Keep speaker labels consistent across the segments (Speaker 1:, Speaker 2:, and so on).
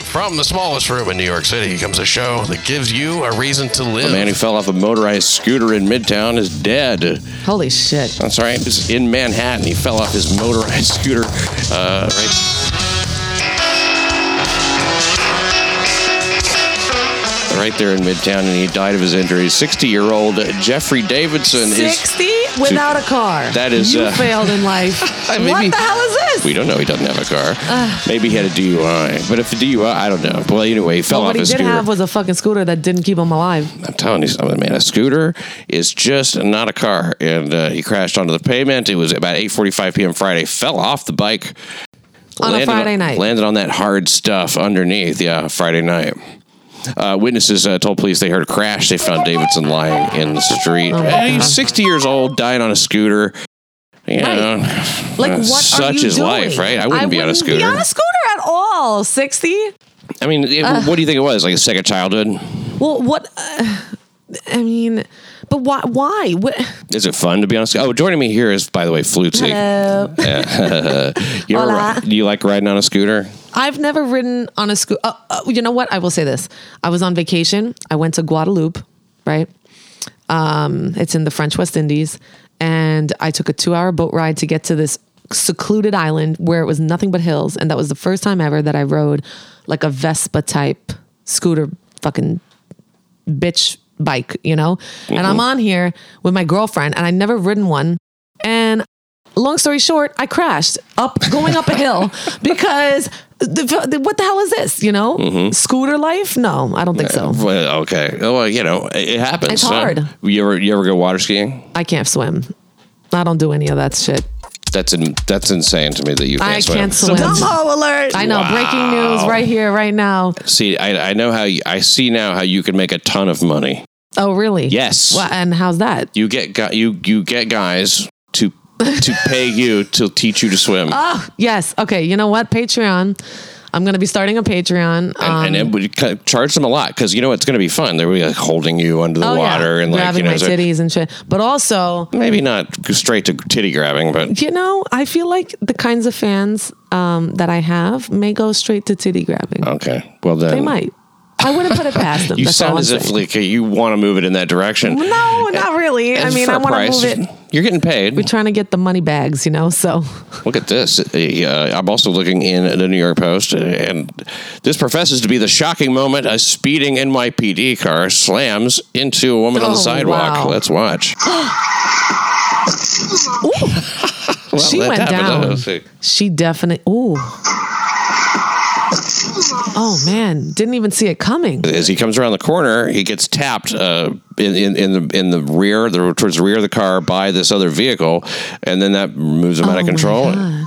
Speaker 1: From the smallest room in New York City comes a show that gives you a reason to
Speaker 2: The
Speaker 1: live.
Speaker 2: man who fell off a motorized scooter in Midtown is dead.
Speaker 3: Holy shit.
Speaker 2: That's all right. This is in Manhattan. He fell off his motorized scooter. Uh, right. Right there in Midtown, and he died of his injuries. 60 year old Jeffrey Davidson is.
Speaker 3: 60 without a car.
Speaker 2: That is,
Speaker 3: You
Speaker 2: uh,
Speaker 3: failed in life.
Speaker 2: I mean,
Speaker 3: what
Speaker 2: maybe-
Speaker 3: the hell is this?
Speaker 2: We don't know. He doesn't have a car. Maybe he had a DUI. But if a DUI, I don't know. Well, anyway, he fell
Speaker 3: Well,
Speaker 2: off
Speaker 3: what he
Speaker 2: his
Speaker 3: did
Speaker 2: scooter. Uh,
Speaker 3: have was a fucking scooter that didn't keep him alive.
Speaker 2: I'm telling you something, man. A scooter is just not a car. And uh, he crashed onto the pavement. It was about 8:45 p.m. Friday. Fell off the bike
Speaker 3: On a Friday night.
Speaker 2: Landed on that hard stuff underneath. Yeah, Friday night. Uh, witnesses uh, told police they heard a crash. They found Davidson lying in the street.
Speaker 3: Oh, my
Speaker 2: And
Speaker 3: God.
Speaker 2: he's 60 years old, dying on a scooter. You
Speaker 3: Right.
Speaker 2: know,
Speaker 3: Like
Speaker 2: uh,
Speaker 3: what
Speaker 2: Such
Speaker 3: are you
Speaker 2: is
Speaker 3: doing?
Speaker 2: life, right? I wouldn't be on a scooter.
Speaker 3: Be on a scooter at all. Sixty.
Speaker 2: I mean, it- what do you think it was? Like a second childhood?
Speaker 3: Well, what? Uh, I mean, but why? Why? What?
Speaker 2: Is it fun to be honest? Oh, joining me here is, by the way, Flutzy.
Speaker 3: Hello.
Speaker 2: You ever
Speaker 3: Hola.
Speaker 2: ri- do you like riding on a scooter?
Speaker 3: I've never ridden on a scooter. Uh, uh, you know what? I will say this. I was on vacation. I went to Guadeloupe, right? Um, it's in the French West Indies. And I took a two hour boat ride to get to this secluded island where it was nothing but hills. And that was the first time ever that I rode like a Vespa type scooter fucking bitch bike, you know? And I'm on here with my girlfriend and I'd never ridden one. And long story short, I crashed up going up a hill because the, the- what the hell is this, you know? Scooter life? No, I don't think so.
Speaker 2: Well, okay. Oh, Well, you know, it it happens.
Speaker 3: It's
Speaker 2: huh?
Speaker 3: hard.
Speaker 2: You ever you ever go water skiing?
Speaker 3: I can't swim. I don't do any of that shit.
Speaker 2: That's in, that's insane to me that you can't
Speaker 3: I
Speaker 2: swim.
Speaker 3: can't swim.
Speaker 2: alert!
Speaker 3: I know. Breaking news right here, right now.
Speaker 2: See, I, I know how you, I see now how you can make a ton of money.
Speaker 3: Oh, really?
Speaker 2: Yes.
Speaker 3: Wha- and how's that?
Speaker 2: You get gu- you you get guys to to pay you to teach you to swim.
Speaker 3: Oh, yes. Okay. You know what? Patreon. I'm going to be starting a Patreon. Um,
Speaker 2: and, and it would ca- charge them a lot because you know it's going to be fun. They're like holding you under the
Speaker 3: oh, yeah.
Speaker 2: water and like
Speaker 3: grabbing
Speaker 2: you know
Speaker 3: my
Speaker 2: so-
Speaker 3: titties and shit. But also,
Speaker 2: maybe not straight to titty grabbing, but
Speaker 3: you know, I feel like the kinds of fans um, that I have may go straight to titty grabbing.
Speaker 2: Okay. Well, then
Speaker 3: They might. I wouldn't put it past them.
Speaker 2: Oh. You
Speaker 3: That's all
Speaker 2: sound
Speaker 3: I'm
Speaker 2: as if
Speaker 3: saying.
Speaker 2: like you want to move it in that direction.
Speaker 3: no, not really. I
Speaker 2: And
Speaker 3: mean,
Speaker 2: for
Speaker 3: I
Speaker 2: a
Speaker 3: want to
Speaker 2: price,
Speaker 3: move it.
Speaker 2: You're getting paid.
Speaker 3: We're trying to get the money bags, you know. So
Speaker 2: Look at this. Uh, I'm also looking in the New York Post, uh, and this professes to be the shocking moment a speeding NYPD car slams into a woman on the
Speaker 3: Oh,
Speaker 2: sidewalk.
Speaker 3: wow.
Speaker 2: Let's watch. Well,
Speaker 3: she
Speaker 2: that
Speaker 3: went
Speaker 2: happened.
Speaker 3: down.
Speaker 2: Let's see.
Speaker 3: She definitely. Ooh. Oh man, didn't even see it coming.
Speaker 2: as he comes around the corner, he gets tapped uh, in, in, in the in the rear, the, towards the rear of the car by this other vehicle, and then that moves him out
Speaker 3: Oh,
Speaker 2: of
Speaker 3: my
Speaker 2: control.
Speaker 3: God.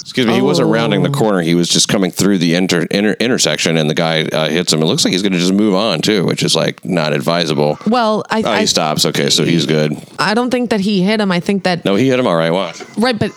Speaker 2: Excuse me, he wasn't
Speaker 3: Oh.
Speaker 2: rounding the corner; he was just coming through the inter, inter, intersection, and the guy uh, hits him. It looks like he's going to just move on too, which is like not advisable.
Speaker 3: Well, I,
Speaker 2: Oh,
Speaker 3: I
Speaker 2: he stops. Okay, so he's good.
Speaker 3: I don't think that he hit him. I think that
Speaker 2: No, he hit him all right. Watch.
Speaker 3: right, but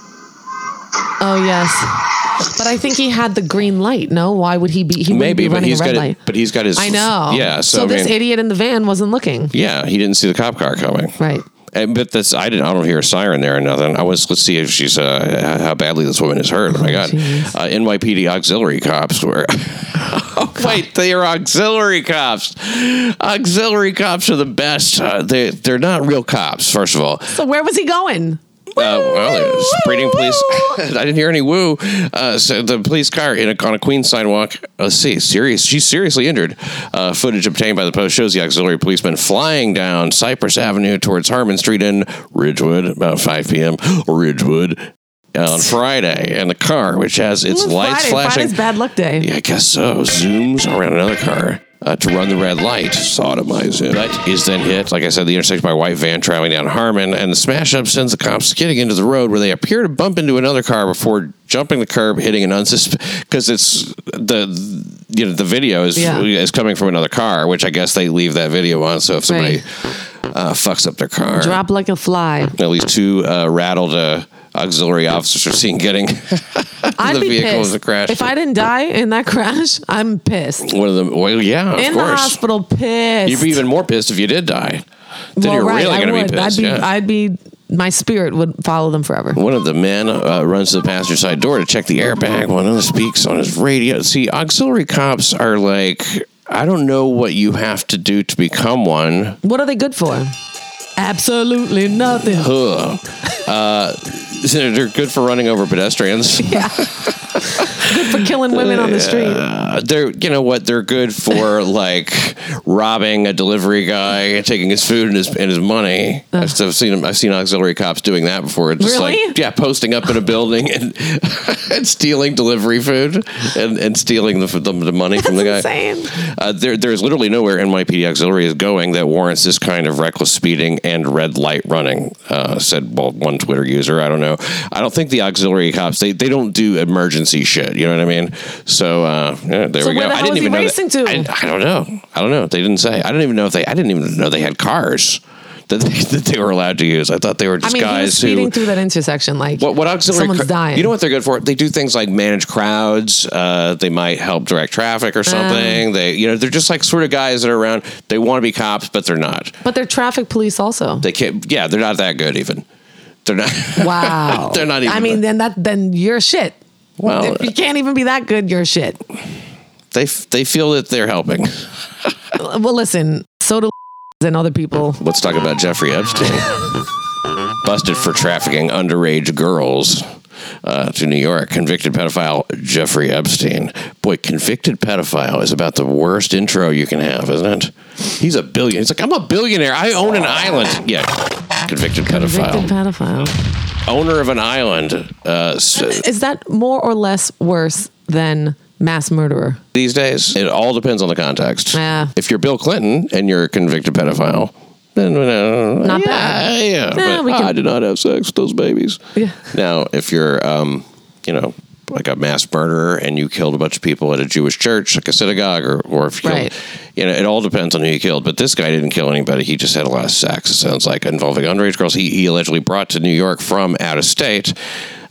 Speaker 3: oh yes, but I think he had the green light. No, why would he be? He wouldn't
Speaker 2: Maybe,
Speaker 3: be
Speaker 2: but
Speaker 3: running
Speaker 2: he's
Speaker 3: a red
Speaker 2: got.
Speaker 3: light.
Speaker 2: It, but he's got his.
Speaker 3: I know.
Speaker 2: Yeah. So, I
Speaker 3: this
Speaker 2: mean,
Speaker 3: idiot in the van wasn't looking.
Speaker 2: yeah, he didn't see the cop car coming.
Speaker 3: Right.
Speaker 2: And, but this, I didn't. I don't hear a siren there or nothing. I was. Let's see if she's. Uh, how badly this woman is hurt. Oh my god.
Speaker 3: jeez.
Speaker 2: Uh, NYPD auxiliary cops were. oh, wait, they are auxiliary cops. Auxiliary cops are the best. Uh, they they're not real cops. First of all, uh,
Speaker 3: So where was he going?
Speaker 2: well, it was breeding police. I didn't hear any woo. Uh, so the police car in a, on a Queens sidewalk. Let's see, serious. She's seriously injured. Uh, footage obtained by the Post shows the auxiliary policeman flying down Cypress Avenue towards Harmon Street in Ridgewood about 5 p.m. Ridgewood on Friday, and the car, which has its
Speaker 3: It's
Speaker 2: lights
Speaker 3: Friday.
Speaker 2: flashing,
Speaker 3: Friday's bad luck day.
Speaker 2: yeah, I guess so. Zooms around another car uh, to run the red light, sodomize it. That is then hit, like I said, the intersection by a white van traveling down Harmon, and the smash up sends the cops skidding into the road where they appear to bump into another car before jumping the curb, hitting an unsuspect. Because it's the. You know the video is
Speaker 3: Yeah.
Speaker 2: is coming from another car, which I guess they leave that video on. So if somebody
Speaker 3: Right.
Speaker 2: uh, fucks up their car,
Speaker 3: Drop like a fly.
Speaker 2: at least two uh, rattled uh, auxiliary officers are seen getting
Speaker 3: I'd
Speaker 2: the
Speaker 3: be
Speaker 2: vehicle
Speaker 3: pissed.
Speaker 2: was a crash.
Speaker 3: If I didn't die in that crash, I'm pissed.
Speaker 2: one of them. Well, yeah, of
Speaker 3: in the
Speaker 2: course.
Speaker 3: hospital, pissed.
Speaker 2: You'd be even more pissed if you did die. Then
Speaker 3: Well,
Speaker 2: you're
Speaker 3: right,
Speaker 2: really
Speaker 3: I
Speaker 2: going to be
Speaker 3: would.
Speaker 2: pissed.
Speaker 3: I'd be,
Speaker 2: yeah.
Speaker 3: I'd be my spirit would follow them forever.
Speaker 2: One of the men uh, runs to the passenger side door to check the airbag. One of them speaks on his radio. See, auxiliary cops are like, I don't know what you have to do to become one.
Speaker 3: What are they good for? Absolutely nothing.
Speaker 2: Ugh. Uh, they're good for running over pedestrians.
Speaker 3: Yeah. good for killing women on the street.
Speaker 2: Uh, they're, you know what? They're good for like robbing a delivery guy, and taking his food and his and his money. I've, I've seen 'em- I've seen auxiliary cops doing that before. Just
Speaker 3: Really?
Speaker 2: like yeah, posting up in a building and, and stealing delivery food and, and stealing the, the, the money from the guy.
Speaker 3: That's insane.
Speaker 2: Uh, there, there's literally nowhere NYPD auxiliary is going that warrants this kind of reckless speeding and red light running, uh, said well, one Twitter user. I don't know. I don't think the auxiliary cops they, they don't do emergency shit. You know what I mean? So uh, yeah, there
Speaker 3: So
Speaker 2: we go.
Speaker 3: where the
Speaker 2: I
Speaker 3: hell
Speaker 2: didn't
Speaker 3: is he
Speaker 2: even know
Speaker 3: racing
Speaker 2: that-
Speaker 3: to?
Speaker 2: I, I don't know. I don't know. They didn't say. I didn't even know if they. I didn't even know they had cars that they, that they were allowed to use. I thought they were
Speaker 3: I
Speaker 2: just
Speaker 3: mean, he was
Speaker 2: guys who
Speaker 3: speeding through that intersection like
Speaker 2: what, what auxiliary?
Speaker 3: someone's
Speaker 2: cr-
Speaker 3: dying.
Speaker 2: You know what they're good for? They do things like manage crowds. Uh, they might help direct traffic
Speaker 3: Oh.
Speaker 2: or something. they, you know, they're just like sort of guys that are around. They want to be cops, but they're not.
Speaker 3: But they're traffic police also.
Speaker 2: They can't. Yeah, they're not that good. Even they're not.
Speaker 3: wow.
Speaker 2: They're not even Oh, uh,
Speaker 3: I mean, then that then you're shit.
Speaker 2: Well-
Speaker 3: if you can't even be that good, you're shit.
Speaker 2: they f- they feel that they're helping.
Speaker 3: Well, listen, so do and other people.
Speaker 2: Let's talk about Jeffrey Epstein, busted for trafficking underage girls. Uh, to New York, convicted pedophile Jeffrey Epstein. Boy, convicted pedophile is about the worst intro you can have, isn't it? He's a billion. He's like, I'm a billionaire. I own an island. Yeah, convicted
Speaker 3: Convicted
Speaker 2: pedophile,
Speaker 3: pedophile.
Speaker 2: owner of an island. Uh, s-
Speaker 3: Is that more or less worse than mass murderer?
Speaker 2: these days, it all depends on the context.
Speaker 3: Yeah.
Speaker 2: If you're Bill Clinton and you're a convicted pedophile, then uh,
Speaker 3: Not
Speaker 2: yeah,
Speaker 3: bad.
Speaker 2: Yeah,
Speaker 3: No,
Speaker 2: but
Speaker 3: we can-
Speaker 2: I did not have sex with those babies.
Speaker 3: Yeah.
Speaker 2: Now, if you're, um, you know, like a mass murderer and you killed a bunch of people at a Jewish church, like a synagogue, or, or if you killed,
Speaker 3: Right.
Speaker 2: you know, it all depends on who you killed. But this guy didn't kill anybody. He just had a lot of sex. It sounds like involving underage girls. He, he allegedly brought to New York from out of state.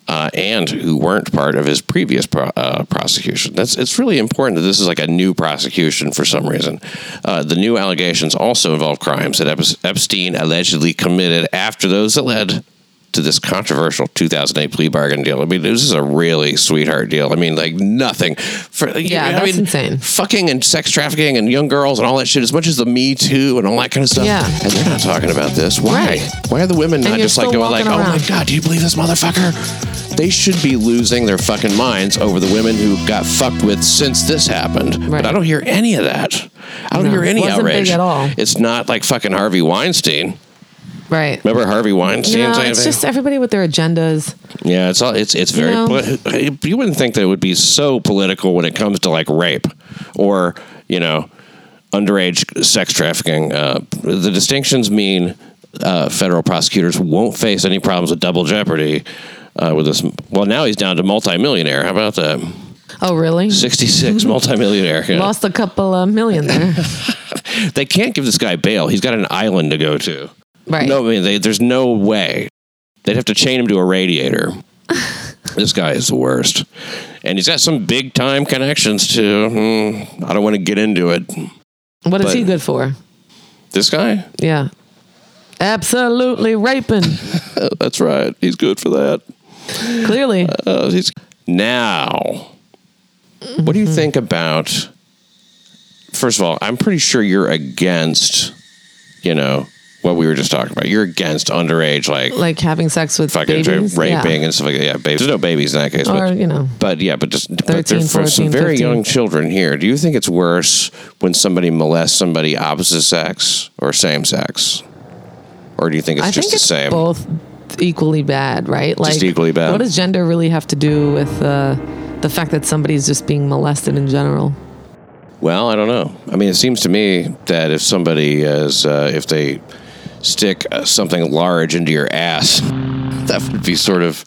Speaker 2: Uh, and who weren't part of his previous pro- uh, prosecution. That's it's really important that this is like a new prosecution for some reason. Uh, the new allegations also involve crimes that Ep- Epstein allegedly committed after those that led to this controversial 2008 plea bargain deal. I mean, this is a really sweetheart deal. I mean, like nothing. For,
Speaker 3: Yeah,
Speaker 2: I
Speaker 3: that's
Speaker 2: mean,
Speaker 3: insane.
Speaker 2: Fucking and sex trafficking and young girls and all that shit. As much as the Me Too and all that kind of stuff.
Speaker 3: Yeah.
Speaker 2: and they're not talking about this. Why?
Speaker 3: Right.
Speaker 2: Why are the women not
Speaker 3: you're
Speaker 2: just like
Speaker 3: still
Speaker 2: going like,
Speaker 3: walking
Speaker 2: oh my
Speaker 3: around."
Speaker 2: god, do you believe this motherfucker? They should be losing their fucking minds over the women who got fucked with since this happened.
Speaker 3: Right.
Speaker 2: But I don't hear any of that. I don't
Speaker 3: No,
Speaker 2: hear any
Speaker 3: wasn't big
Speaker 2: outrage
Speaker 3: at all.
Speaker 2: It's not like fucking Harvey Weinstein.
Speaker 3: Right.
Speaker 2: Remember Harvey Weinstein?
Speaker 3: No,
Speaker 2: saying
Speaker 3: it's
Speaker 2: things?
Speaker 3: just everybody with their agendas.
Speaker 2: Yeah, it's all it's it's very.
Speaker 3: know?
Speaker 2: poli- you wouldn't think that it would be so political when it comes to like rape or you know underage sex trafficking. Uh, the distinctions mean uh, federal prosecutors won't face any problems with double jeopardy uh, with this. Well, now he's down to multimillionaire. How about that?
Speaker 3: Oh, really?
Speaker 2: Sixty six multimillionaire. Yeah.
Speaker 3: Lost a couple of million there.
Speaker 2: They can't give this guy bail. He's got an island to go to.
Speaker 3: Right.
Speaker 2: No, I mean, they, there's no way. They'd have to chain him to a radiator. this guy is the worst. And he's got some big time connections too. Hmm, I don't want to get into it.
Speaker 3: what is
Speaker 2: but-
Speaker 3: he good for?
Speaker 2: This guy?
Speaker 3: Yeah. Absolutely raping.
Speaker 2: Uh, That's right. He's good for that.
Speaker 3: Clearly.
Speaker 2: Uh, he's now. What do
Speaker 3: Mm-hmm.
Speaker 2: you think about? First of all, I'm pretty sure you're against, you know, what we were just talking about. You're against underage, like
Speaker 3: like having sex with
Speaker 2: fucking dra-
Speaker 3: babies. Yeah.
Speaker 2: raping and stuff like that. Yeah, babies. There's no babies in that case.
Speaker 3: Or,
Speaker 2: but,
Speaker 3: you know.
Speaker 2: but yeah, but just but
Speaker 3: 13,
Speaker 2: they're for some
Speaker 3: 14,
Speaker 2: very
Speaker 3: 15.
Speaker 2: young children here. Do you think it's worse when somebody molests somebody opposite sex or same sex, or do you think it's
Speaker 3: I
Speaker 2: just
Speaker 3: think
Speaker 2: the
Speaker 3: it's
Speaker 2: same?
Speaker 3: both equally bad, right? Like
Speaker 2: equally bad.
Speaker 3: What does gender really have to do with uh, the fact that somebody's just being molested in general?
Speaker 2: Well, I don't know. I mean, it seems to me that if somebody is, uh, if they stick uh, something large into your ass, that would be sort of,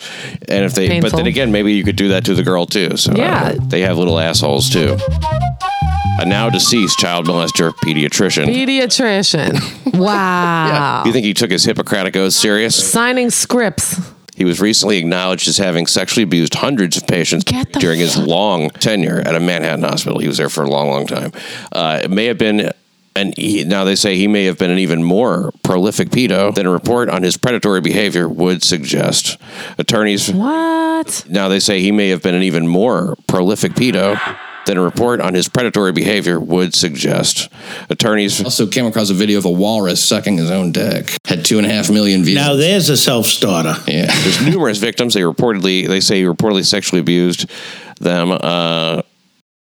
Speaker 2: and if they, but
Speaker 3: Painful.
Speaker 2: then again, maybe you could do that to the girl too. So I don't
Speaker 3: Yeah.
Speaker 2: know. they have little assholes too. A now deceased child molester pediatrician.
Speaker 3: Pediatrician. Wow.
Speaker 2: You think he took his Hippocratic oath serious?
Speaker 3: Signing scripts.
Speaker 2: He was recently acknowledged as having sexually abused hundreds of patients
Speaker 3: Get the
Speaker 2: during his long tenure at a Manhattan hospital. He was there for a long, long time. Uh, it may have been And he, now they say he may have been an even more prolific pedo than a report on his predatory behavior would suggest. Attorneys
Speaker 3: What?
Speaker 2: now they say he may have been an even more prolific pedo than a report on his predatory behavior would suggest. Attorneys
Speaker 4: Also came across a video of a walrus sucking his own dick. Had two and a half million views.
Speaker 5: Now there's a self starter.
Speaker 4: yeah.
Speaker 2: There's numerous victims. They reportedly, they say he reportedly sexually abused them. Uh,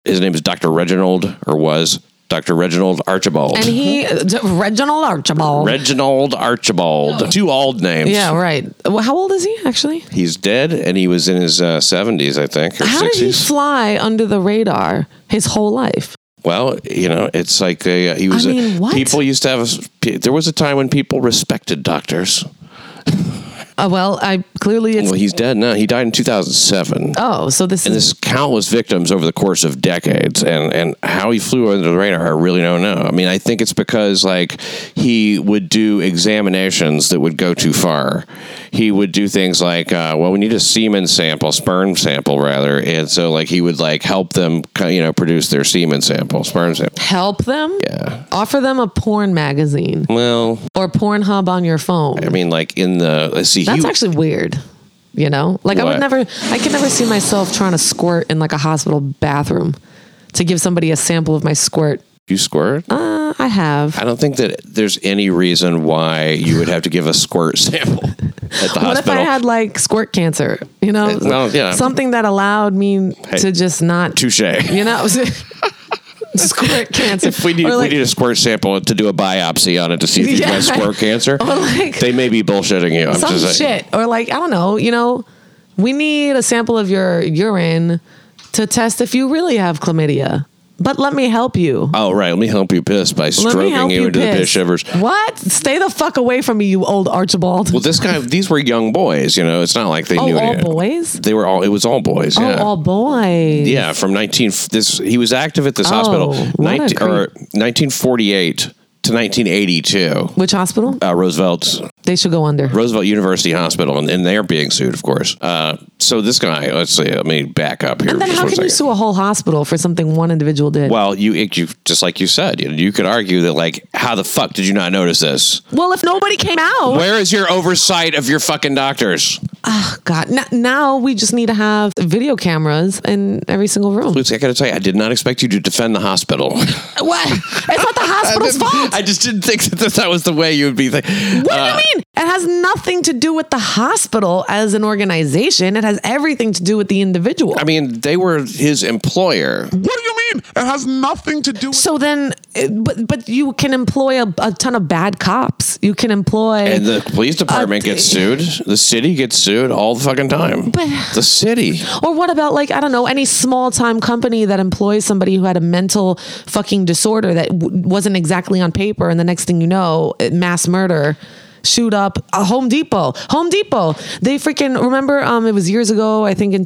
Speaker 2: his name is Dr. Reginald, or was Dr. Reginald Archibald.
Speaker 3: And he, Reginald Archibald.
Speaker 2: Reginald Archibald. Two old names.
Speaker 3: yeah, right. Well, how old is he actually?
Speaker 2: He's dead, and he was in his uh, 70s, I think, or
Speaker 3: How did he
Speaker 2: 60s.
Speaker 3: fly under the radar his whole life?
Speaker 2: well, you know, it's like they, uh, he was.
Speaker 3: I
Speaker 2: a-
Speaker 3: mean, what?
Speaker 2: People used to have. A, there was a time when people respected doctors.
Speaker 3: Uh, well, I clearly it's
Speaker 2: Well, he's dead now. He died in 2007.
Speaker 3: oh, so this
Speaker 2: and
Speaker 3: is
Speaker 2: this countless victims over the course of decades and and how he flew under the radar i really don't know i mean i think it's because like he would do examinations that would go too far he would do things like uh, well we need a semen sample sperm sample rather and so like he would like help them you know produce their semen sample sperm sample
Speaker 3: help them.
Speaker 2: yeah
Speaker 3: Offer them a porn magazine
Speaker 2: well
Speaker 3: or Pornhub on your phone.
Speaker 2: i mean like in the let's see
Speaker 3: That's
Speaker 2: he,
Speaker 3: actually weird. You know, like I
Speaker 2: What?
Speaker 3: would never, I could never see myself trying to squirt in like a hospital bathroom to give somebody a sample of my squirt.
Speaker 2: you squirt
Speaker 3: Uh, I have.
Speaker 2: I don't think that there's any reason why you would have to give a squirt sample at the
Speaker 3: What if I
Speaker 2: hospital.
Speaker 3: had like squirt cancer? You know,
Speaker 2: well, yeah.
Speaker 3: something that allowed me
Speaker 2: Hey.
Speaker 3: to just not,
Speaker 2: Touche.
Speaker 3: you know, squirt cancer.
Speaker 2: If we need,
Speaker 3: Or, like,
Speaker 2: we need a squirt sample to do a biopsy on it to see if you
Speaker 3: Yeah,
Speaker 2: have
Speaker 3: right.
Speaker 2: squirt cancer,
Speaker 3: Or, like-
Speaker 2: they may be bullshitting you. I'm
Speaker 3: some
Speaker 2: just saying.
Speaker 3: shit or like I don't know, you know, we need a sample of your urine to test if you really have chlamydia. But let me help you.
Speaker 2: Oh, right. Let me help you piss by
Speaker 3: Let me
Speaker 2: stroking
Speaker 3: help
Speaker 2: you,
Speaker 3: you,
Speaker 2: into the piss
Speaker 3: piss.
Speaker 2: shivers.
Speaker 3: What? Stay the fuck away from me, you old Archibald.
Speaker 2: Well, this guy, these were young boys, you know. It's not like they
Speaker 3: oh,
Speaker 2: knew
Speaker 3: all
Speaker 2: any-
Speaker 3: boys.
Speaker 2: They were all, it was all boys. yeah.
Speaker 3: Oh, all boys.
Speaker 2: Yeah, from 19 f- this he was active at this hospital
Speaker 3: Oh, what a
Speaker 2: 19, or
Speaker 3: creep.
Speaker 2: 1948 to 1982.
Speaker 3: Which hospital?
Speaker 2: Uh, Roosevelt's
Speaker 3: They should go under.
Speaker 2: Roosevelt University Hospital, and, and they're being sued, of course. Uh, so this guy, let's see, let me back up here.
Speaker 3: And then
Speaker 2: just
Speaker 3: how
Speaker 2: one
Speaker 3: can you
Speaker 2: second.
Speaker 3: sue a whole hospital for something one individual did? Well,
Speaker 2: Well, you, it, you just like you said, you, you could argue that like, how the fuck did you not notice this?
Speaker 3: if nobody came out,
Speaker 2: Where is your oversight of your fucking doctors?
Speaker 3: God, n- now we just need to have video cameras in every single room.
Speaker 2: Lucy, I gotta tell you, I did not expect you to defend the hospital.
Speaker 3: What? It's not the hospital's fault.
Speaker 2: I just didn't think that that was the way you would be. Uh, Th-
Speaker 3: What do you mean? It has nothing to do with the hospital as an organization. It has everything to do with the individual.
Speaker 2: I mean, they were his employer.
Speaker 6: What do you mean? It has nothing to do with.
Speaker 3: so then, uh, but but you can employ a, a ton of bad cops. You can employ.
Speaker 2: And the police department
Speaker 3: Uh,
Speaker 2: gets sued. The city gets sued all the fucking time.
Speaker 3: But-
Speaker 2: the city.
Speaker 3: or what about like I don't know any small time company that employs somebody who had a mental fucking disorder that w- wasn't exactly on paper, and the next thing you know, it- mass murder. Shoot up a Home Depot. Home Depot. They freaking remember. Um, it was years ago. I think in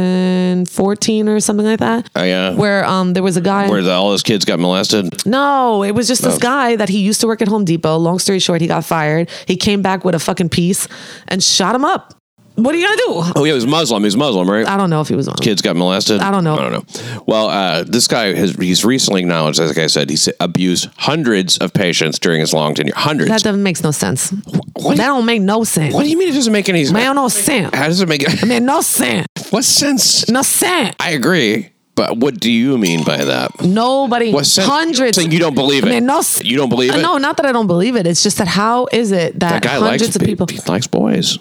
Speaker 3: 2014 or something like that.
Speaker 2: Oh, yeah.
Speaker 3: Where um there was a guy.
Speaker 2: Where Oh. the, all those kids got molested.
Speaker 3: No, it was just this
Speaker 2: No.
Speaker 3: guy that he used to work at Home Depot. Long story short, he got fired. He came back with a fucking piece and shot him up. What are you gonna do?
Speaker 2: Oh, yeah, he was Muslim. He was Muslim, right?
Speaker 3: I don't know if he was on.
Speaker 2: kids got molested.
Speaker 3: I don't know.
Speaker 2: I don't know. Well, uh, this guy has he's recently acknowledged, as I said, he's abused hundreds of patients during his long tenure. Hundreds.
Speaker 3: That doesn't makes no sense.
Speaker 2: what,
Speaker 3: That don't make no sense.
Speaker 2: what do you mean it doesn't make any
Speaker 3: Man, no sense.
Speaker 2: How does it make
Speaker 3: I mean, no sense.
Speaker 2: what sense?
Speaker 3: No sense.
Speaker 2: I agree, but what do you mean by that?
Speaker 3: Nobody.
Speaker 2: What sense?
Speaker 3: Hundreds.
Speaker 2: So you don't believe it.
Speaker 3: I mean, no. s- Uh,
Speaker 2: You don't believe it.
Speaker 3: No, not that I don't believe it. It's just that how is it that,
Speaker 2: that guy likes
Speaker 3: hundreds of
Speaker 2: pe-
Speaker 3: people,
Speaker 2: He likes boys.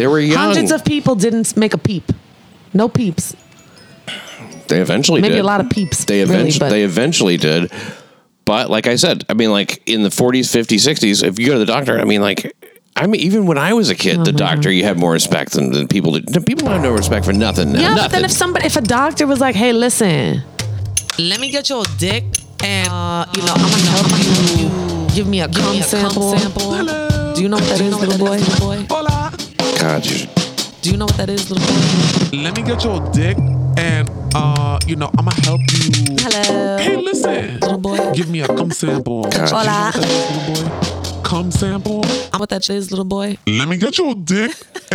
Speaker 2: they were young.
Speaker 3: hundreds of people didn't make a peep. No peeps.
Speaker 2: they eventually
Speaker 3: Maybe
Speaker 2: did.
Speaker 3: a lot of peeps.
Speaker 2: They
Speaker 3: really,
Speaker 2: eventually
Speaker 3: but-
Speaker 2: they eventually did. But like I said, I mean, like in the 40s, 50s, 60s, if you go to the doctor, I mean, like, I mean, even when I was a kid, the doctor you had more respect than, than people did. People have no respect for nothing now.
Speaker 3: Yeah,
Speaker 2: nothing.
Speaker 3: but then if somebody, if a doctor was like, "Hey, listen, let me get your dick, and uh, you know, I'm gonna help you. Give me a cum sample. Do you know what that is, little boy?
Speaker 6: Hola.
Speaker 2: God, you-
Speaker 3: Do you know what that is, little boy?
Speaker 6: Let me get your dick, and uh, you know, I'ma help you.
Speaker 3: Hello,
Speaker 6: Hey, listen.
Speaker 3: little boy.
Speaker 6: Give me a cum sample.
Speaker 3: Hola.
Speaker 6: Do you know what that is, little boy? Cum sample.
Speaker 3: I'm what that is, little boy.
Speaker 6: Let me get your dick,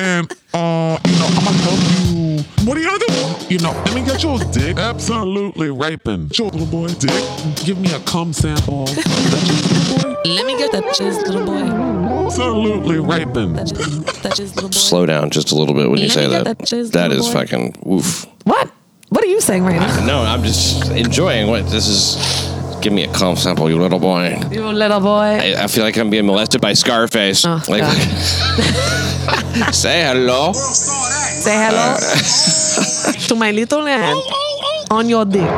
Speaker 6: and uh, you know, I'ma help you. What are you gonna do? You know, let me get your dick. Absolutely raping. Your little boy dick. Give me a cum sample. That your little boy.
Speaker 5: Let me get that jizz, little boy.
Speaker 6: Absolutely raping.
Speaker 5: That jizz, that jizz, little boy.
Speaker 2: Slow down just a little bit when you
Speaker 5: Let
Speaker 2: say
Speaker 5: me
Speaker 2: that.
Speaker 5: get that jizz,
Speaker 2: that
Speaker 5: little
Speaker 2: is
Speaker 5: boy.
Speaker 2: fucking oof.
Speaker 3: What? What are you saying right now?
Speaker 2: No, I'm just enjoying what this is. Give me a calm sample, you little boy.
Speaker 3: You little boy.
Speaker 2: I, I feel like I'm being molested by Scarface.
Speaker 3: Oh,
Speaker 2: like, say hello.
Speaker 3: Say hello
Speaker 2: Uh,
Speaker 3: to my little hand on your dick.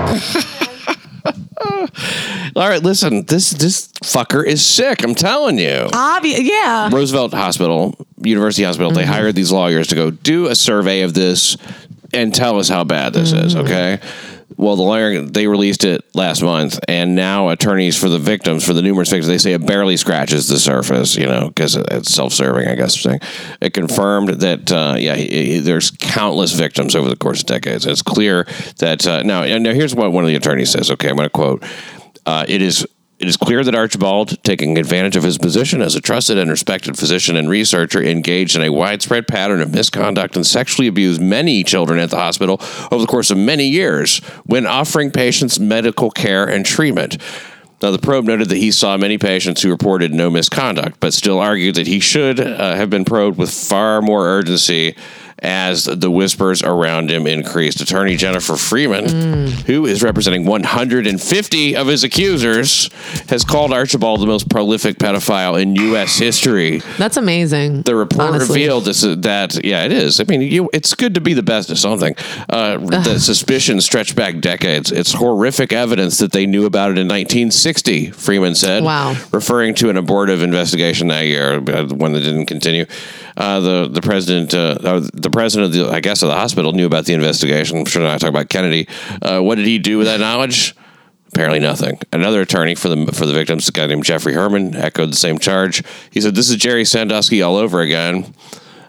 Speaker 2: All right, listen, this this fucker is sick. I'm telling you.
Speaker 3: Obvious. Yeah.
Speaker 2: Roosevelt Hospital, University Hospital, they hired these lawyers to go do a survey of this and tell us how bad this is, okay? Well, the lawyer, they released it last month, and now attorneys for the victims, for the numerous victims, they say it barely scratches the surface, you know, because it's self serving, I guess they're saying. It confirmed that, uh, yeah, he, he- there's countless victims over the course of decades. It's clear that, uh, now, and now here's what one of the attorneys says, okay, I'm going to quote. Uh, it is it is clear that Archibald, taking advantage of his position as a trusted and respected physician and researcher, engaged in a widespread pattern of misconduct and sexually abused many children at the hospital over the course of many years when offering patients medical care and treatment. Now, the probe noted that he saw many patients who reported no misconduct, but still argued that he should uh, have been probed with far more urgency as the whispers around him increased. Attorney Jennifer Freeman, who is representing 150 of his accusers, has called Archibald the most prolific pedophile in U.S. history.
Speaker 3: That's amazing.
Speaker 2: The report
Speaker 3: honestly.
Speaker 2: revealed this, uh, that, yeah, it is. I mean, you, it's good to be the best at something. Uh, the suspicion stretched back decades. It's horrific evidence that they knew about it in 1960, Freeman said.
Speaker 3: Wow.
Speaker 2: Referring to an abortive investigation that year, uh, one that didn't continue. Uh, the the president, uh, uh, the president of the, I guess, of the hospital knew about the investigation. I'm sure not talking about Kennedy. Uh, what did he do with that knowledge? Apparently nothing. Another attorney for the for the victims, a guy named Jeffrey Herman, echoed the same charge. He said, "This is Jerry Sandusky all over again."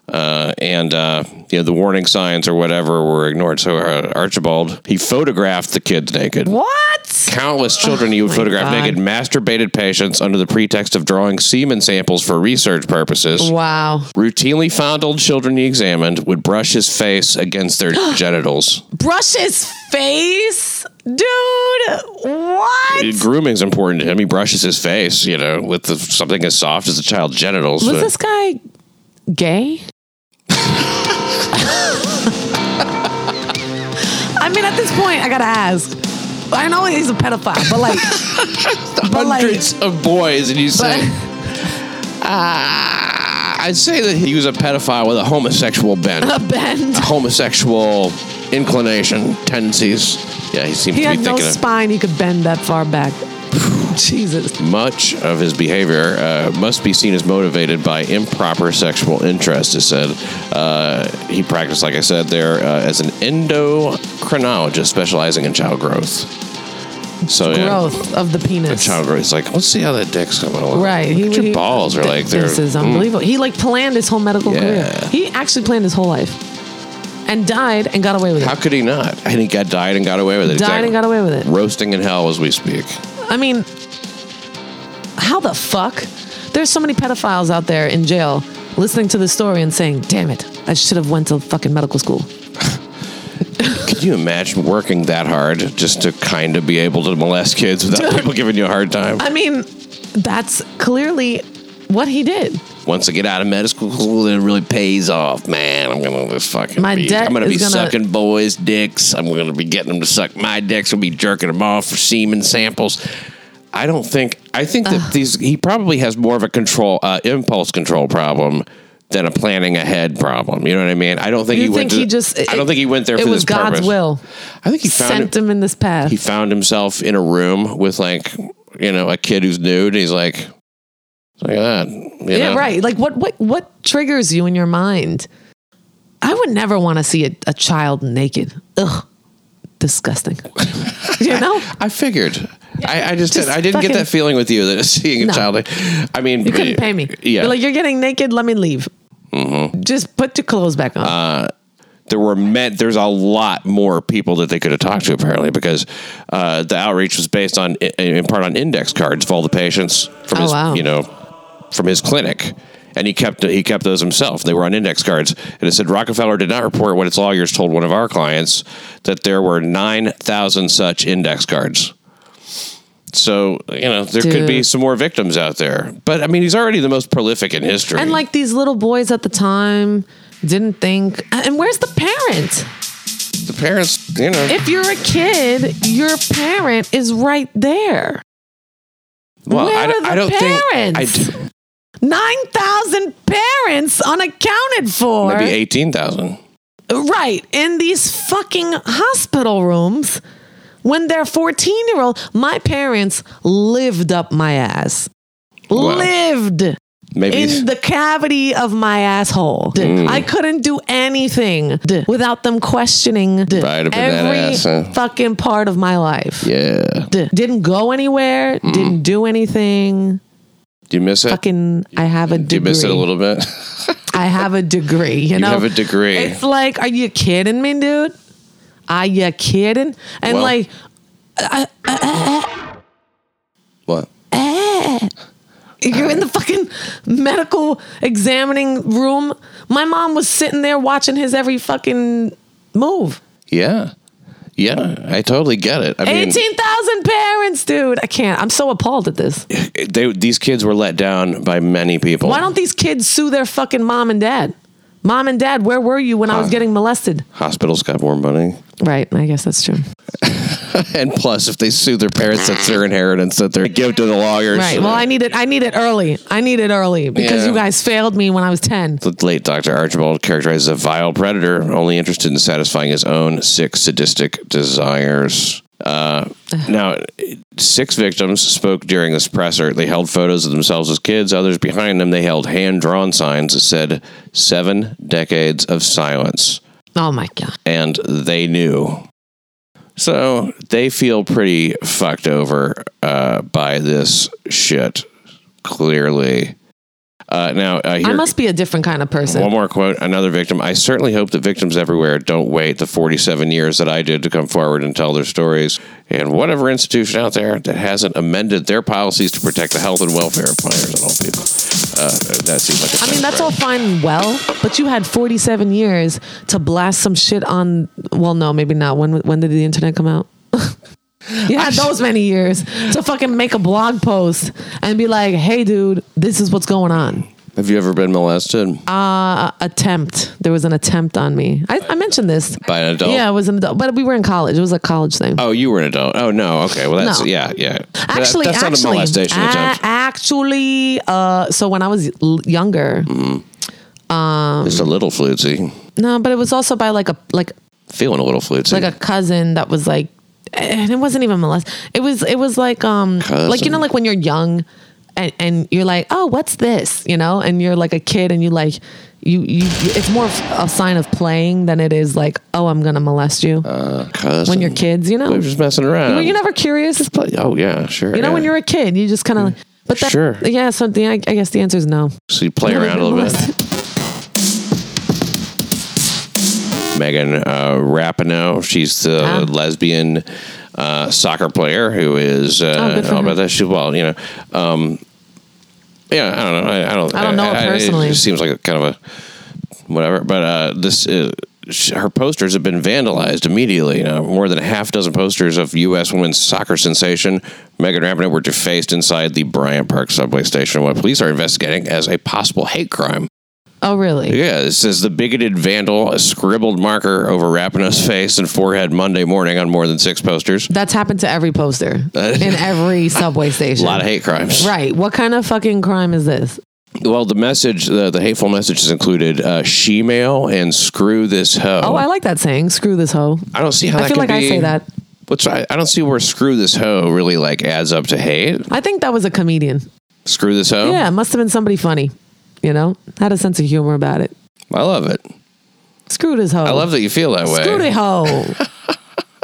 Speaker 2: uh, and uh, you know the warning signs or whatever were ignored. So uh, Archibald he photographed the kids naked.
Speaker 3: What?
Speaker 2: Countless children he would
Speaker 3: my
Speaker 2: photograph
Speaker 3: God.
Speaker 2: naked, masturbated patients under the pretext of drawing semen samples for research purposes.
Speaker 3: Wow.
Speaker 2: Routinely fondled children he examined would brush his face against their genitals.
Speaker 3: Brush his face? Dude, what?
Speaker 2: Grooming's important to him. He brushes his face, you know, with the, something as soft as a child's genitals.
Speaker 3: Was
Speaker 2: Uh,
Speaker 3: this guy gay? I mean, at this point, I gotta ask. I know he's a pedophile, but like, but like,
Speaker 2: hundreds of boys, and you say,
Speaker 3: But-
Speaker 2: "Ah, I'd say that he was a pedophile with a homosexual bent,
Speaker 3: a bend.
Speaker 2: homosexual inclination, tendencies. Yeah, he seems
Speaker 3: He
Speaker 2: to be
Speaker 3: had no
Speaker 2: thinking
Speaker 3: spine. He could bend that far back. Jesus.
Speaker 2: of much of his behavior uh, must be seen as motivated by improper sexual interest. It said uh, he practiced, like I said, there uh, as an endocrinologist specializing in child growth. So yeah.
Speaker 3: Growth of the penis.
Speaker 2: Child growth. It's like, let's see how that dick's coming along.
Speaker 3: Right.
Speaker 2: Look
Speaker 3: He,
Speaker 2: at your
Speaker 3: he-
Speaker 2: balls are
Speaker 3: th-
Speaker 2: like they're.
Speaker 3: This is
Speaker 2: Mm.
Speaker 3: unbelievable. He like planned his whole medical
Speaker 2: Yeah.
Speaker 3: career. He actually planned his whole life and died and got away with
Speaker 2: How
Speaker 3: it.
Speaker 2: could he not? And he got died and got away with it.
Speaker 3: Died and got away with it.
Speaker 2: Roasting in hell as we speak.
Speaker 3: I mean, how the fuck? There's so many pedophiles out there in jail listening to this story and saying, "Damn it, I should have went to fucking medical school."
Speaker 2: Could you imagine working that hard just to kind of be able to molest kids without people giving you a hard time?
Speaker 3: I mean, that's clearly what he did.
Speaker 2: Once I get out of medical school, it really pays off, man. I'm gonna just fucking.
Speaker 3: My
Speaker 2: be,
Speaker 3: debt
Speaker 2: I'm gonna be
Speaker 3: is gonna-
Speaker 2: sucking boys' dicks. I'm gonna be getting them to suck my dicks. I'll be jerking them off for semen samples. I don't think. I think that these. He probably has more of a control, uh, impulse control problem than a planning ahead problem. You know what I mean? I don't think
Speaker 3: You
Speaker 2: he
Speaker 3: think
Speaker 2: went. To,
Speaker 3: he just?
Speaker 2: I don't think he went there.
Speaker 3: It
Speaker 2: for
Speaker 3: was
Speaker 2: this
Speaker 3: God's
Speaker 2: purpose.
Speaker 3: will.
Speaker 2: I think he found
Speaker 3: Sent
Speaker 2: it-
Speaker 3: him in this path.
Speaker 2: he found himself in a room with like you know a kid who's nude. He's like, like that. You
Speaker 3: yeah,
Speaker 2: know?
Speaker 3: right. Like what what what triggers you in your mind? I would never want to see a, a child naked. Ugh, disgusting. you know,
Speaker 2: I figured. I, I just,
Speaker 3: Just
Speaker 2: I didn't get
Speaker 3: fucking-
Speaker 2: that feeling with you that seeing a
Speaker 3: No.
Speaker 2: child. I mean, eh,
Speaker 3: you couldn't pay me.
Speaker 2: Yeah, Mm-hmm.
Speaker 3: You're like you're getting naked. Let me leave. Just put your clothes back on.
Speaker 2: Uh, there were met. There's a lot more people that they could have talked to apparently because uh, the outreach was based on in part on index cards of all the patients from
Speaker 3: Oh,
Speaker 2: his,
Speaker 3: wow.
Speaker 2: you know, from his clinic. and he kept he kept those himself. They were on index cards, and it said Rockefeller did not report what its lawyers told one of our clients that there were nine thousand such index cards. So you know there could be
Speaker 3: Dude.
Speaker 2: some more victims out there, but I mean he's already the most prolific in history.
Speaker 3: And like these little boys at the time didn't think. And where's the parent?
Speaker 2: the parents, you know,
Speaker 3: If you're a kid, your parent is right there.
Speaker 2: well,
Speaker 3: where
Speaker 2: I,
Speaker 3: are the
Speaker 2: I don't think I
Speaker 3: parents?
Speaker 2: d-
Speaker 3: Nine thousand parents unaccounted for.
Speaker 2: maybe eighteen thousand.
Speaker 3: Right. In these fucking hospital rooms when they're 14 year old. My parents lived up my ass.
Speaker 2: Wow.
Speaker 3: Lived
Speaker 2: Maybe
Speaker 3: in the cavity of my asshole.
Speaker 2: Mm.
Speaker 3: I couldn't do anything without them questioning
Speaker 2: Right up in that
Speaker 3: every
Speaker 2: ass, huh?
Speaker 3: fucking part of my life.
Speaker 2: yeah.
Speaker 3: Didn't go anywhere, didn't do anything.
Speaker 2: Do you miss it?
Speaker 3: Fucking, I have a
Speaker 2: Do Uh, you
Speaker 3: degree.
Speaker 2: miss it a little bit?
Speaker 3: I have a degree. You, know,
Speaker 2: have a degree.
Speaker 3: It's like, are you kidding me, dude? Are you kidding? And
Speaker 2: Well-
Speaker 3: like,
Speaker 2: what?
Speaker 3: eh. you're in the fucking medical examining room. My mom was sitting there watching his every fucking move.
Speaker 2: Yeah. Yeah, I totally get it. I mean,
Speaker 3: Eighteen thousand parents, dude. I can't. I'm so appalled at this.
Speaker 2: they, these kids were let down by many people.
Speaker 3: Why don't these kids sue their fucking mom and dad? Mom and dad, where were you when I was
Speaker 2: Huh.
Speaker 3: getting molested?
Speaker 2: hospitals got more money?
Speaker 3: Right. I guess that's true.
Speaker 2: And plus, if they sue their parents, that's their inheritance that they give to the lawyers.
Speaker 3: Right. Well, I need it. I need it early. I need it early because
Speaker 2: Yeah.
Speaker 3: you guys failed me when I was ten.
Speaker 2: the late Dr. Archibald characterized as a vile predator, only interested in satisfying his own sick, sadistic desires. Uh, now, six victims spoke during this presser. They held photos of themselves as kids. Others behind them, they held hand drawn signs that said, Seven decades of silence.
Speaker 3: Oh my god.
Speaker 2: and they knew. So they feel pretty fucked over uh, by this shit, clearly. Uh, now, uh, here,
Speaker 3: I must be a different kind of person.
Speaker 2: one more quote, another victim. I certainly hope that victims everywhere don't wait the 47 years that I did to come forward and tell their stories. And whatever institution out there that hasn't amended their policies to protect the health and welfare of minors and all people. Uh, that seems like a
Speaker 3: I mean, that's all
Speaker 2: fair-
Speaker 3: fine and well, but you had 47 years to blast some shit on. Well, no, maybe not. When when did the internet come out? you had those many years to fucking make a blog post and be like, "Hey, dude, this is what's going on."
Speaker 2: Have you ever been molested
Speaker 3: Attempt. There was an attempt on me. I, I mentioned this.
Speaker 2: by an adult?
Speaker 3: Yeah, it was an adult, but we were in college. It was a college thing.
Speaker 2: Oh, you were an adult. Oh no. Okay. Well, that's
Speaker 3: No.
Speaker 2: yeah, yeah. That-
Speaker 3: actually,
Speaker 2: that's
Speaker 3: actually,
Speaker 2: not
Speaker 3: uh,
Speaker 2: a molestation
Speaker 3: a-
Speaker 2: attempt.
Speaker 3: Actually, uh, so when I was l- younger, uh,
Speaker 2: Just a little flutzy.
Speaker 3: no, but it was also by like a like
Speaker 2: Feeling a little flutzy.
Speaker 3: like a cousin that was like, and it wasn't even molest. It was it was like um like you know
Speaker 2: Cousin.
Speaker 3: like when you're young, and and you're like oh what's this you know and you're like a kid and you like you you it's more of a sign of playing than it is like oh I'm gonna molest you
Speaker 2: uh, cousin.
Speaker 3: when you're kids you know
Speaker 2: we were just messing around.
Speaker 3: were you never curious you
Speaker 2: Play- Oh yeah, sure.
Speaker 3: know when you're a kid you just kind of like but that,
Speaker 2: Mm. Sure.
Speaker 3: yeah so the, I, I guess the answer is no
Speaker 2: so you play around a little bit. Megan uh, Rapinoe. She's the
Speaker 3: Ah.
Speaker 2: lesbian uh, soccer player who is
Speaker 3: Oh,
Speaker 2: uh,
Speaker 3: good for
Speaker 2: all
Speaker 3: her.
Speaker 2: about that. She well, you know. Um, yeah, I don't know. I, I don't.
Speaker 3: I don't know her personally.
Speaker 2: It just seems like a kind of a whatever. But uh, this is. sh- Her posters have been vandalized immediately. You know, more than a half dozen posters of U.S. women's soccer sensation Megan Rapinoe were defaced inside the Bryant Park subway station, what police are investigating as a possible hate crime.
Speaker 3: oh really
Speaker 2: Yeah, it says the bigoted vandal a scribbled marker over Rapinoe's face and forehead Monday morning on more than six posters.
Speaker 3: that's happened to every poster in every subway
Speaker 2: A
Speaker 3: station
Speaker 2: lot of hate crimes.
Speaker 3: Right. What kind of fucking crime is this?
Speaker 2: Well, the message, the, the hateful messages included uh, she male and screw this hoe.
Speaker 3: Oh, I like that saying. Screw this hoe.
Speaker 2: I don't see how
Speaker 3: I
Speaker 2: that
Speaker 3: feel
Speaker 2: can
Speaker 3: like I
Speaker 2: be-
Speaker 3: say that.
Speaker 2: What's I, I don't see where screw this hoe really like adds up to hate.
Speaker 3: I think that was a comedian.
Speaker 2: Screw this hoe.
Speaker 3: Yeah, it must have been somebody funny. You know, had a sense of humor about it.
Speaker 2: I love it.
Speaker 3: Screw this hoe.
Speaker 2: I love that you feel that way.
Speaker 3: Screw this hoe.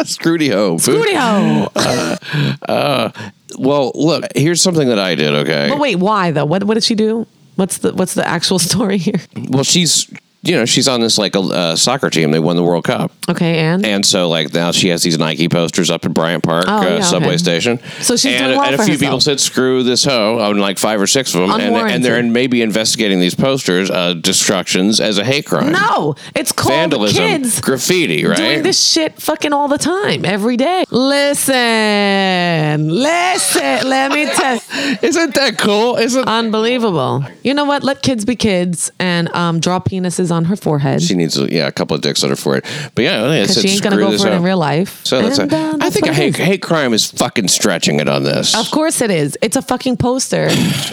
Speaker 2: Scrooty hoe.
Speaker 3: Screw this hoe.
Speaker 2: Well, look, here's something that I did. Okay.
Speaker 3: But wait, why though? What what did she do? What's the what's the actual story here?
Speaker 2: Well, she's you know, she's on this like uh, soccer team. They won the World Cup.
Speaker 3: Okay, and,
Speaker 2: And so, like now, she has these Nike posters up at Bryant Park
Speaker 3: Oh,
Speaker 2: uh,
Speaker 3: yeah, okay.
Speaker 2: subway station.
Speaker 3: So she's
Speaker 2: and,
Speaker 3: doing well
Speaker 2: and a
Speaker 3: for
Speaker 2: few
Speaker 3: herself.
Speaker 2: people said, "Screw this hoe!" On like five or six of them, and, and they're
Speaker 3: Unwarranted.
Speaker 2: in, maybe investigating these posters, uh, destructions as a hate crime,
Speaker 3: no, it's called
Speaker 2: vandalism,
Speaker 3: kids
Speaker 2: graffiti, right?
Speaker 3: doing this shit fucking all the time, every day. Listen, listen, let me tell.
Speaker 2: Isn't that cool? Isn't
Speaker 3: Uh, Unbelievable. You know what? Let kids be kids and um, draw penises on her forehead.
Speaker 2: she needs? a- Yeah, a couple of dicks on her forehead. But yeah, I
Speaker 3: Because
Speaker 2: said,
Speaker 3: she ain't gonna
Speaker 2: "Screw
Speaker 3: go
Speaker 2: this
Speaker 3: for it in
Speaker 2: hoe."
Speaker 3: real life.
Speaker 2: So that's,
Speaker 3: And,
Speaker 2: a-
Speaker 3: uh,
Speaker 2: I
Speaker 3: that's
Speaker 2: think
Speaker 3: what
Speaker 2: a
Speaker 3: it
Speaker 2: hate,
Speaker 3: is.
Speaker 2: hate crime is fucking stretching it on this.
Speaker 3: Of course it is. It's a fucking poster.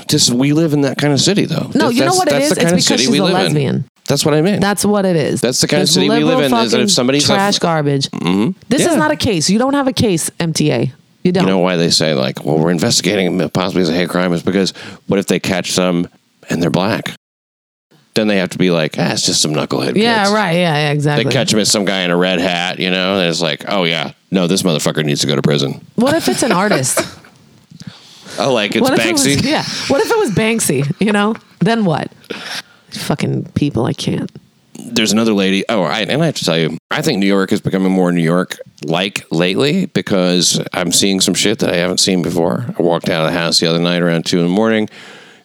Speaker 2: Just we live in that kind of city, though.
Speaker 3: No, you know what it is? It's because she's a
Speaker 2: in.
Speaker 3: lesbian.
Speaker 2: That's what I mean.
Speaker 3: That's what it is.
Speaker 2: That's the kind of
Speaker 3: This
Speaker 2: city we live
Speaker 3: liberal
Speaker 2: in, is that if
Speaker 3: fucking
Speaker 2: somebody's a-
Speaker 3: trash garbage. This
Speaker 2: Yeah.
Speaker 3: is not a case. You don't have a case, MTA. You don't.
Speaker 2: you know why they say like, well, we're investigating him possibly as a hate crime is because what if they catch them and they're black? Then they have to be like, ah, it's just some knucklehead.
Speaker 3: yeah,
Speaker 2: kids.
Speaker 3: right. Yeah, yeah,
Speaker 2: They
Speaker 3: exactly.
Speaker 2: catch him as some guy in a red hat, you know, and it's like, oh yeah, no, this motherfucker needs to go to prison.
Speaker 3: What if it's an artist?
Speaker 2: Oh, like it's
Speaker 3: what if
Speaker 2: Banksy.
Speaker 3: It was, yeah. What if it was Banksy? You know? Then what? Fucking people, I can't.
Speaker 2: there's another lady. Oh, I, and I have to tell you, I think New York is becoming more New York like lately because I'm seeing some shit that I haven't seen before. I walked out of the house the other night around two in the morning,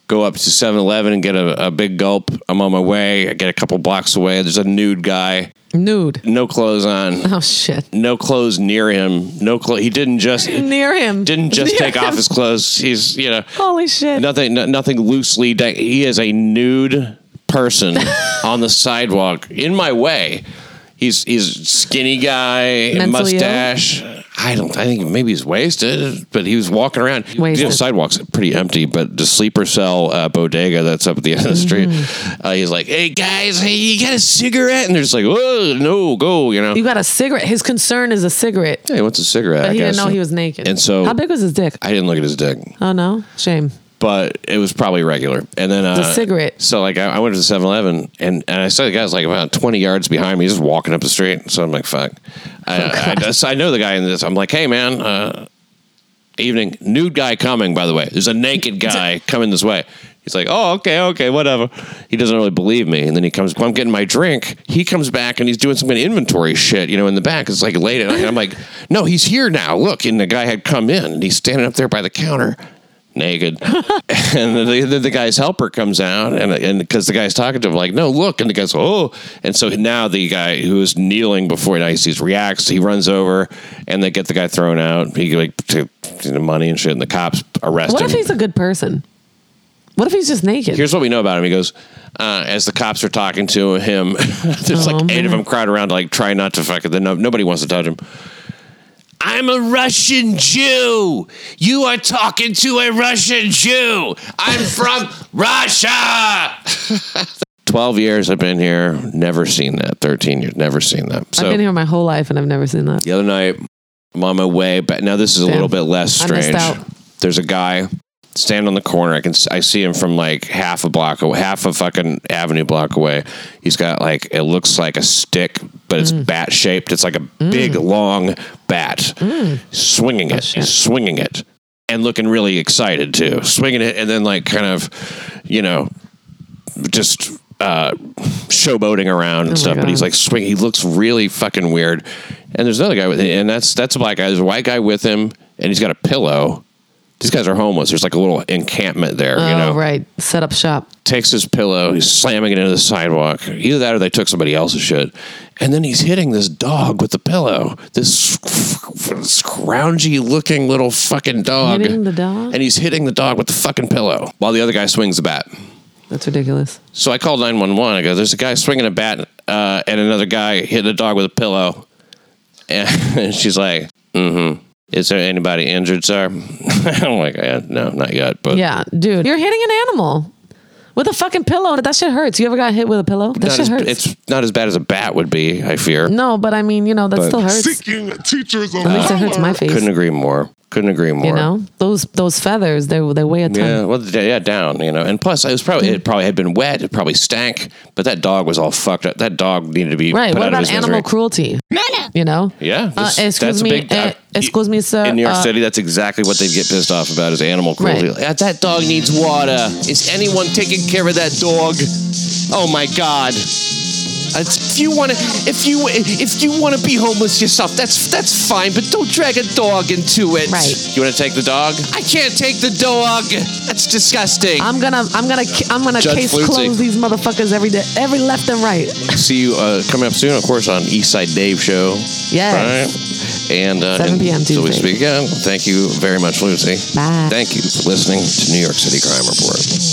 Speaker 2: go up to 7 Eleven and get a, a big gulp. I'm on my way. I get a couple blocks away. There's a nude guy,
Speaker 3: Nude.
Speaker 2: no clothes on,
Speaker 3: Oh shit.
Speaker 2: no clothes near him. No clothes. He didn't just.
Speaker 3: Near him.
Speaker 2: Didn't just
Speaker 3: Near
Speaker 2: take off
Speaker 3: him.
Speaker 2: his clothes. He's, you know,
Speaker 3: Holy shit.
Speaker 2: nothing no, nothing loosely dang- he is a nude person on the sidewalk in my way he's he's skinny guy
Speaker 3: Mentally
Speaker 2: mustache i don't i think maybe he's wasted but he was walking around
Speaker 3: Wasted.
Speaker 2: the sidewalk's pretty empty but the sleeper cell uh, bodega that's up at the end of the street
Speaker 3: Mm-hmm.
Speaker 2: uh, he's like hey guys hey you got a cigarette and they're just like whoa no go you know
Speaker 3: You got a cigarette. His concern is a cigarette.
Speaker 2: hey what's a cigarette
Speaker 3: But
Speaker 2: I
Speaker 3: he didn't
Speaker 2: guess.
Speaker 3: know he was naked.
Speaker 2: and so-
Speaker 3: how big was his dick?
Speaker 2: i didn't look at his dick
Speaker 3: Oh no, shame.
Speaker 2: but it was probably regular. And then uh,
Speaker 3: The cigarette.
Speaker 2: So like I, I went to the 7-Eleven and, and I saw the guy's like about twenty yards behind me, just walking up the street. So I'm like, fuck. I, I, so I know the guy in this. I'm like, hey man, uh, evening nude guy coming. By the way, there's a naked guy coming this way. He's like, oh, okay, okay, whatever. He doesn't really believe me. And then he comes, I'm getting my drink. He comes back and he's doing some kind of inventory shit, you know, in the back. It's like late at night. I'm like, no, he's here now. Look. And the guy had come in and he's standing up there by the counter naked. and then the, then the guy's helper comes out, and and because the guy's talking to him, like, no, look, and the guy's oh, and so now the guy who is kneeling before now he sees reacts, he runs over, and they get the guy thrown out. He like took the money and shit, and the cops arrest
Speaker 3: What
Speaker 2: him.
Speaker 3: if he's a good person? What if he's just naked?
Speaker 2: Here's what we know about him. He goes, uh, as the cops are talking to him, there's
Speaker 3: Oh,
Speaker 2: like eight
Speaker 3: man.
Speaker 2: of them crowd around, like trying not to fuck it. Then no, nobody wants to touch him. I'm a Russian Jew. You are talking to a Russian Jew. I'm from Russia. 12 years I've been here, never seen that. 13 years, never seen that. So
Speaker 3: I've been here my whole life and I've never seen that.
Speaker 2: the other night, I'm on my way back. Now this is a
Speaker 3: Damn.
Speaker 2: little bit less
Speaker 3: I missed
Speaker 2: strange.
Speaker 3: out.
Speaker 2: There's a guy standing on the corner. I can s- I see him from like half a block away, half a fucking avenue block away. He's got like it looks like a stick, but it's
Speaker 3: Mm.
Speaker 2: bat shaped. It's like a big long bat,
Speaker 3: Mm.
Speaker 2: swinging it,
Speaker 3: shit.
Speaker 2: swinging it, and looking really excited too, swinging it, and then like kind of, you know, just uh, showboating around and
Speaker 3: Oh my
Speaker 2: stuff. But he's
Speaker 3: God.
Speaker 2: like swing. He looks really fucking weird. And there's another guy with, and that's that's a black guy. There's a white guy with him, and he's got a pillow. These guys are homeless. There's like a little encampment there,
Speaker 3: Oh
Speaker 2: you know.
Speaker 3: right, set up shop.
Speaker 2: Takes his pillow, he's slamming it into the sidewalk. Either that, or they took somebody else's shit. And then he's hitting this dog with the pillow. This scroungy-looking little fucking dog.
Speaker 3: Hitting the dog?
Speaker 2: And he's hitting the dog with the fucking pillow while the other guy swings the bat.
Speaker 3: That's ridiculous.
Speaker 2: So I called 911. I go, there's a guy swinging a bat uh, and another guy hitting a dog with a pillow. And she's like, mm hmm. Is there anybody injured, sir? I'm like, "Eh, no, not yet. But
Speaker 3: Yeah, dude, you're hitting an animal with a fucking pillow. That shit hurts. You ever got hit with a pillow? That
Speaker 2: not
Speaker 3: shit
Speaker 2: as,
Speaker 3: hurts.
Speaker 2: it's not as bad as a bat would be, I fear.
Speaker 3: no, but I mean, you know, that still hurts.
Speaker 6: Seeking teachers of
Speaker 3: At least it hurts my face.
Speaker 2: Couldn't agree more. Couldn't agree more.
Speaker 3: You know, those those feathers, they they weigh a ton.
Speaker 2: Yeah, well, d- yeah, down, you know. And plus, it was probably
Speaker 3: Mm.
Speaker 2: it probably had been wet. It probably stank. But that dog was all fucked up. That dog needed to be
Speaker 3: Right.
Speaker 2: Put
Speaker 3: What
Speaker 2: out of
Speaker 3: about
Speaker 2: his
Speaker 3: animal
Speaker 2: misery.
Speaker 3: cruelty? You know?
Speaker 2: Yeah,
Speaker 3: Uh,
Speaker 2: this-
Speaker 3: excuse
Speaker 2: that's a
Speaker 3: me.
Speaker 2: big-
Speaker 3: eh,
Speaker 2: I-
Speaker 3: excuse me, sir.
Speaker 2: in New York
Speaker 3: uh,
Speaker 2: City, that's exactly what they get pissed off about is animal cruelty.
Speaker 3: Right.
Speaker 2: "Ah, That dog needs water. Is anyone taking care of that dog? Oh my God. It's- if you want to, if you if you want to be homeless yourself, that's that's fine. But don't drag a dog into it.
Speaker 3: Right.
Speaker 2: You want to take the dog? I can't take the dog. That's disgusting.
Speaker 3: I'm gonna, I'm gonna, ki- I'm gonna
Speaker 2: Judge
Speaker 3: case
Speaker 2: Flutzy.
Speaker 3: close these motherfuckers every day, every left and right.
Speaker 2: See you uh, coming up soon, of course, on Eastside Dave Show.
Speaker 3: Yes.
Speaker 2: Right. And uh,
Speaker 3: 7 p.m.
Speaker 2: until we
Speaker 3: Tuesday.
Speaker 2: speak again. Thank you very much, Lucy.
Speaker 3: Bye.
Speaker 2: Thank you for listening to New York City Crime Report.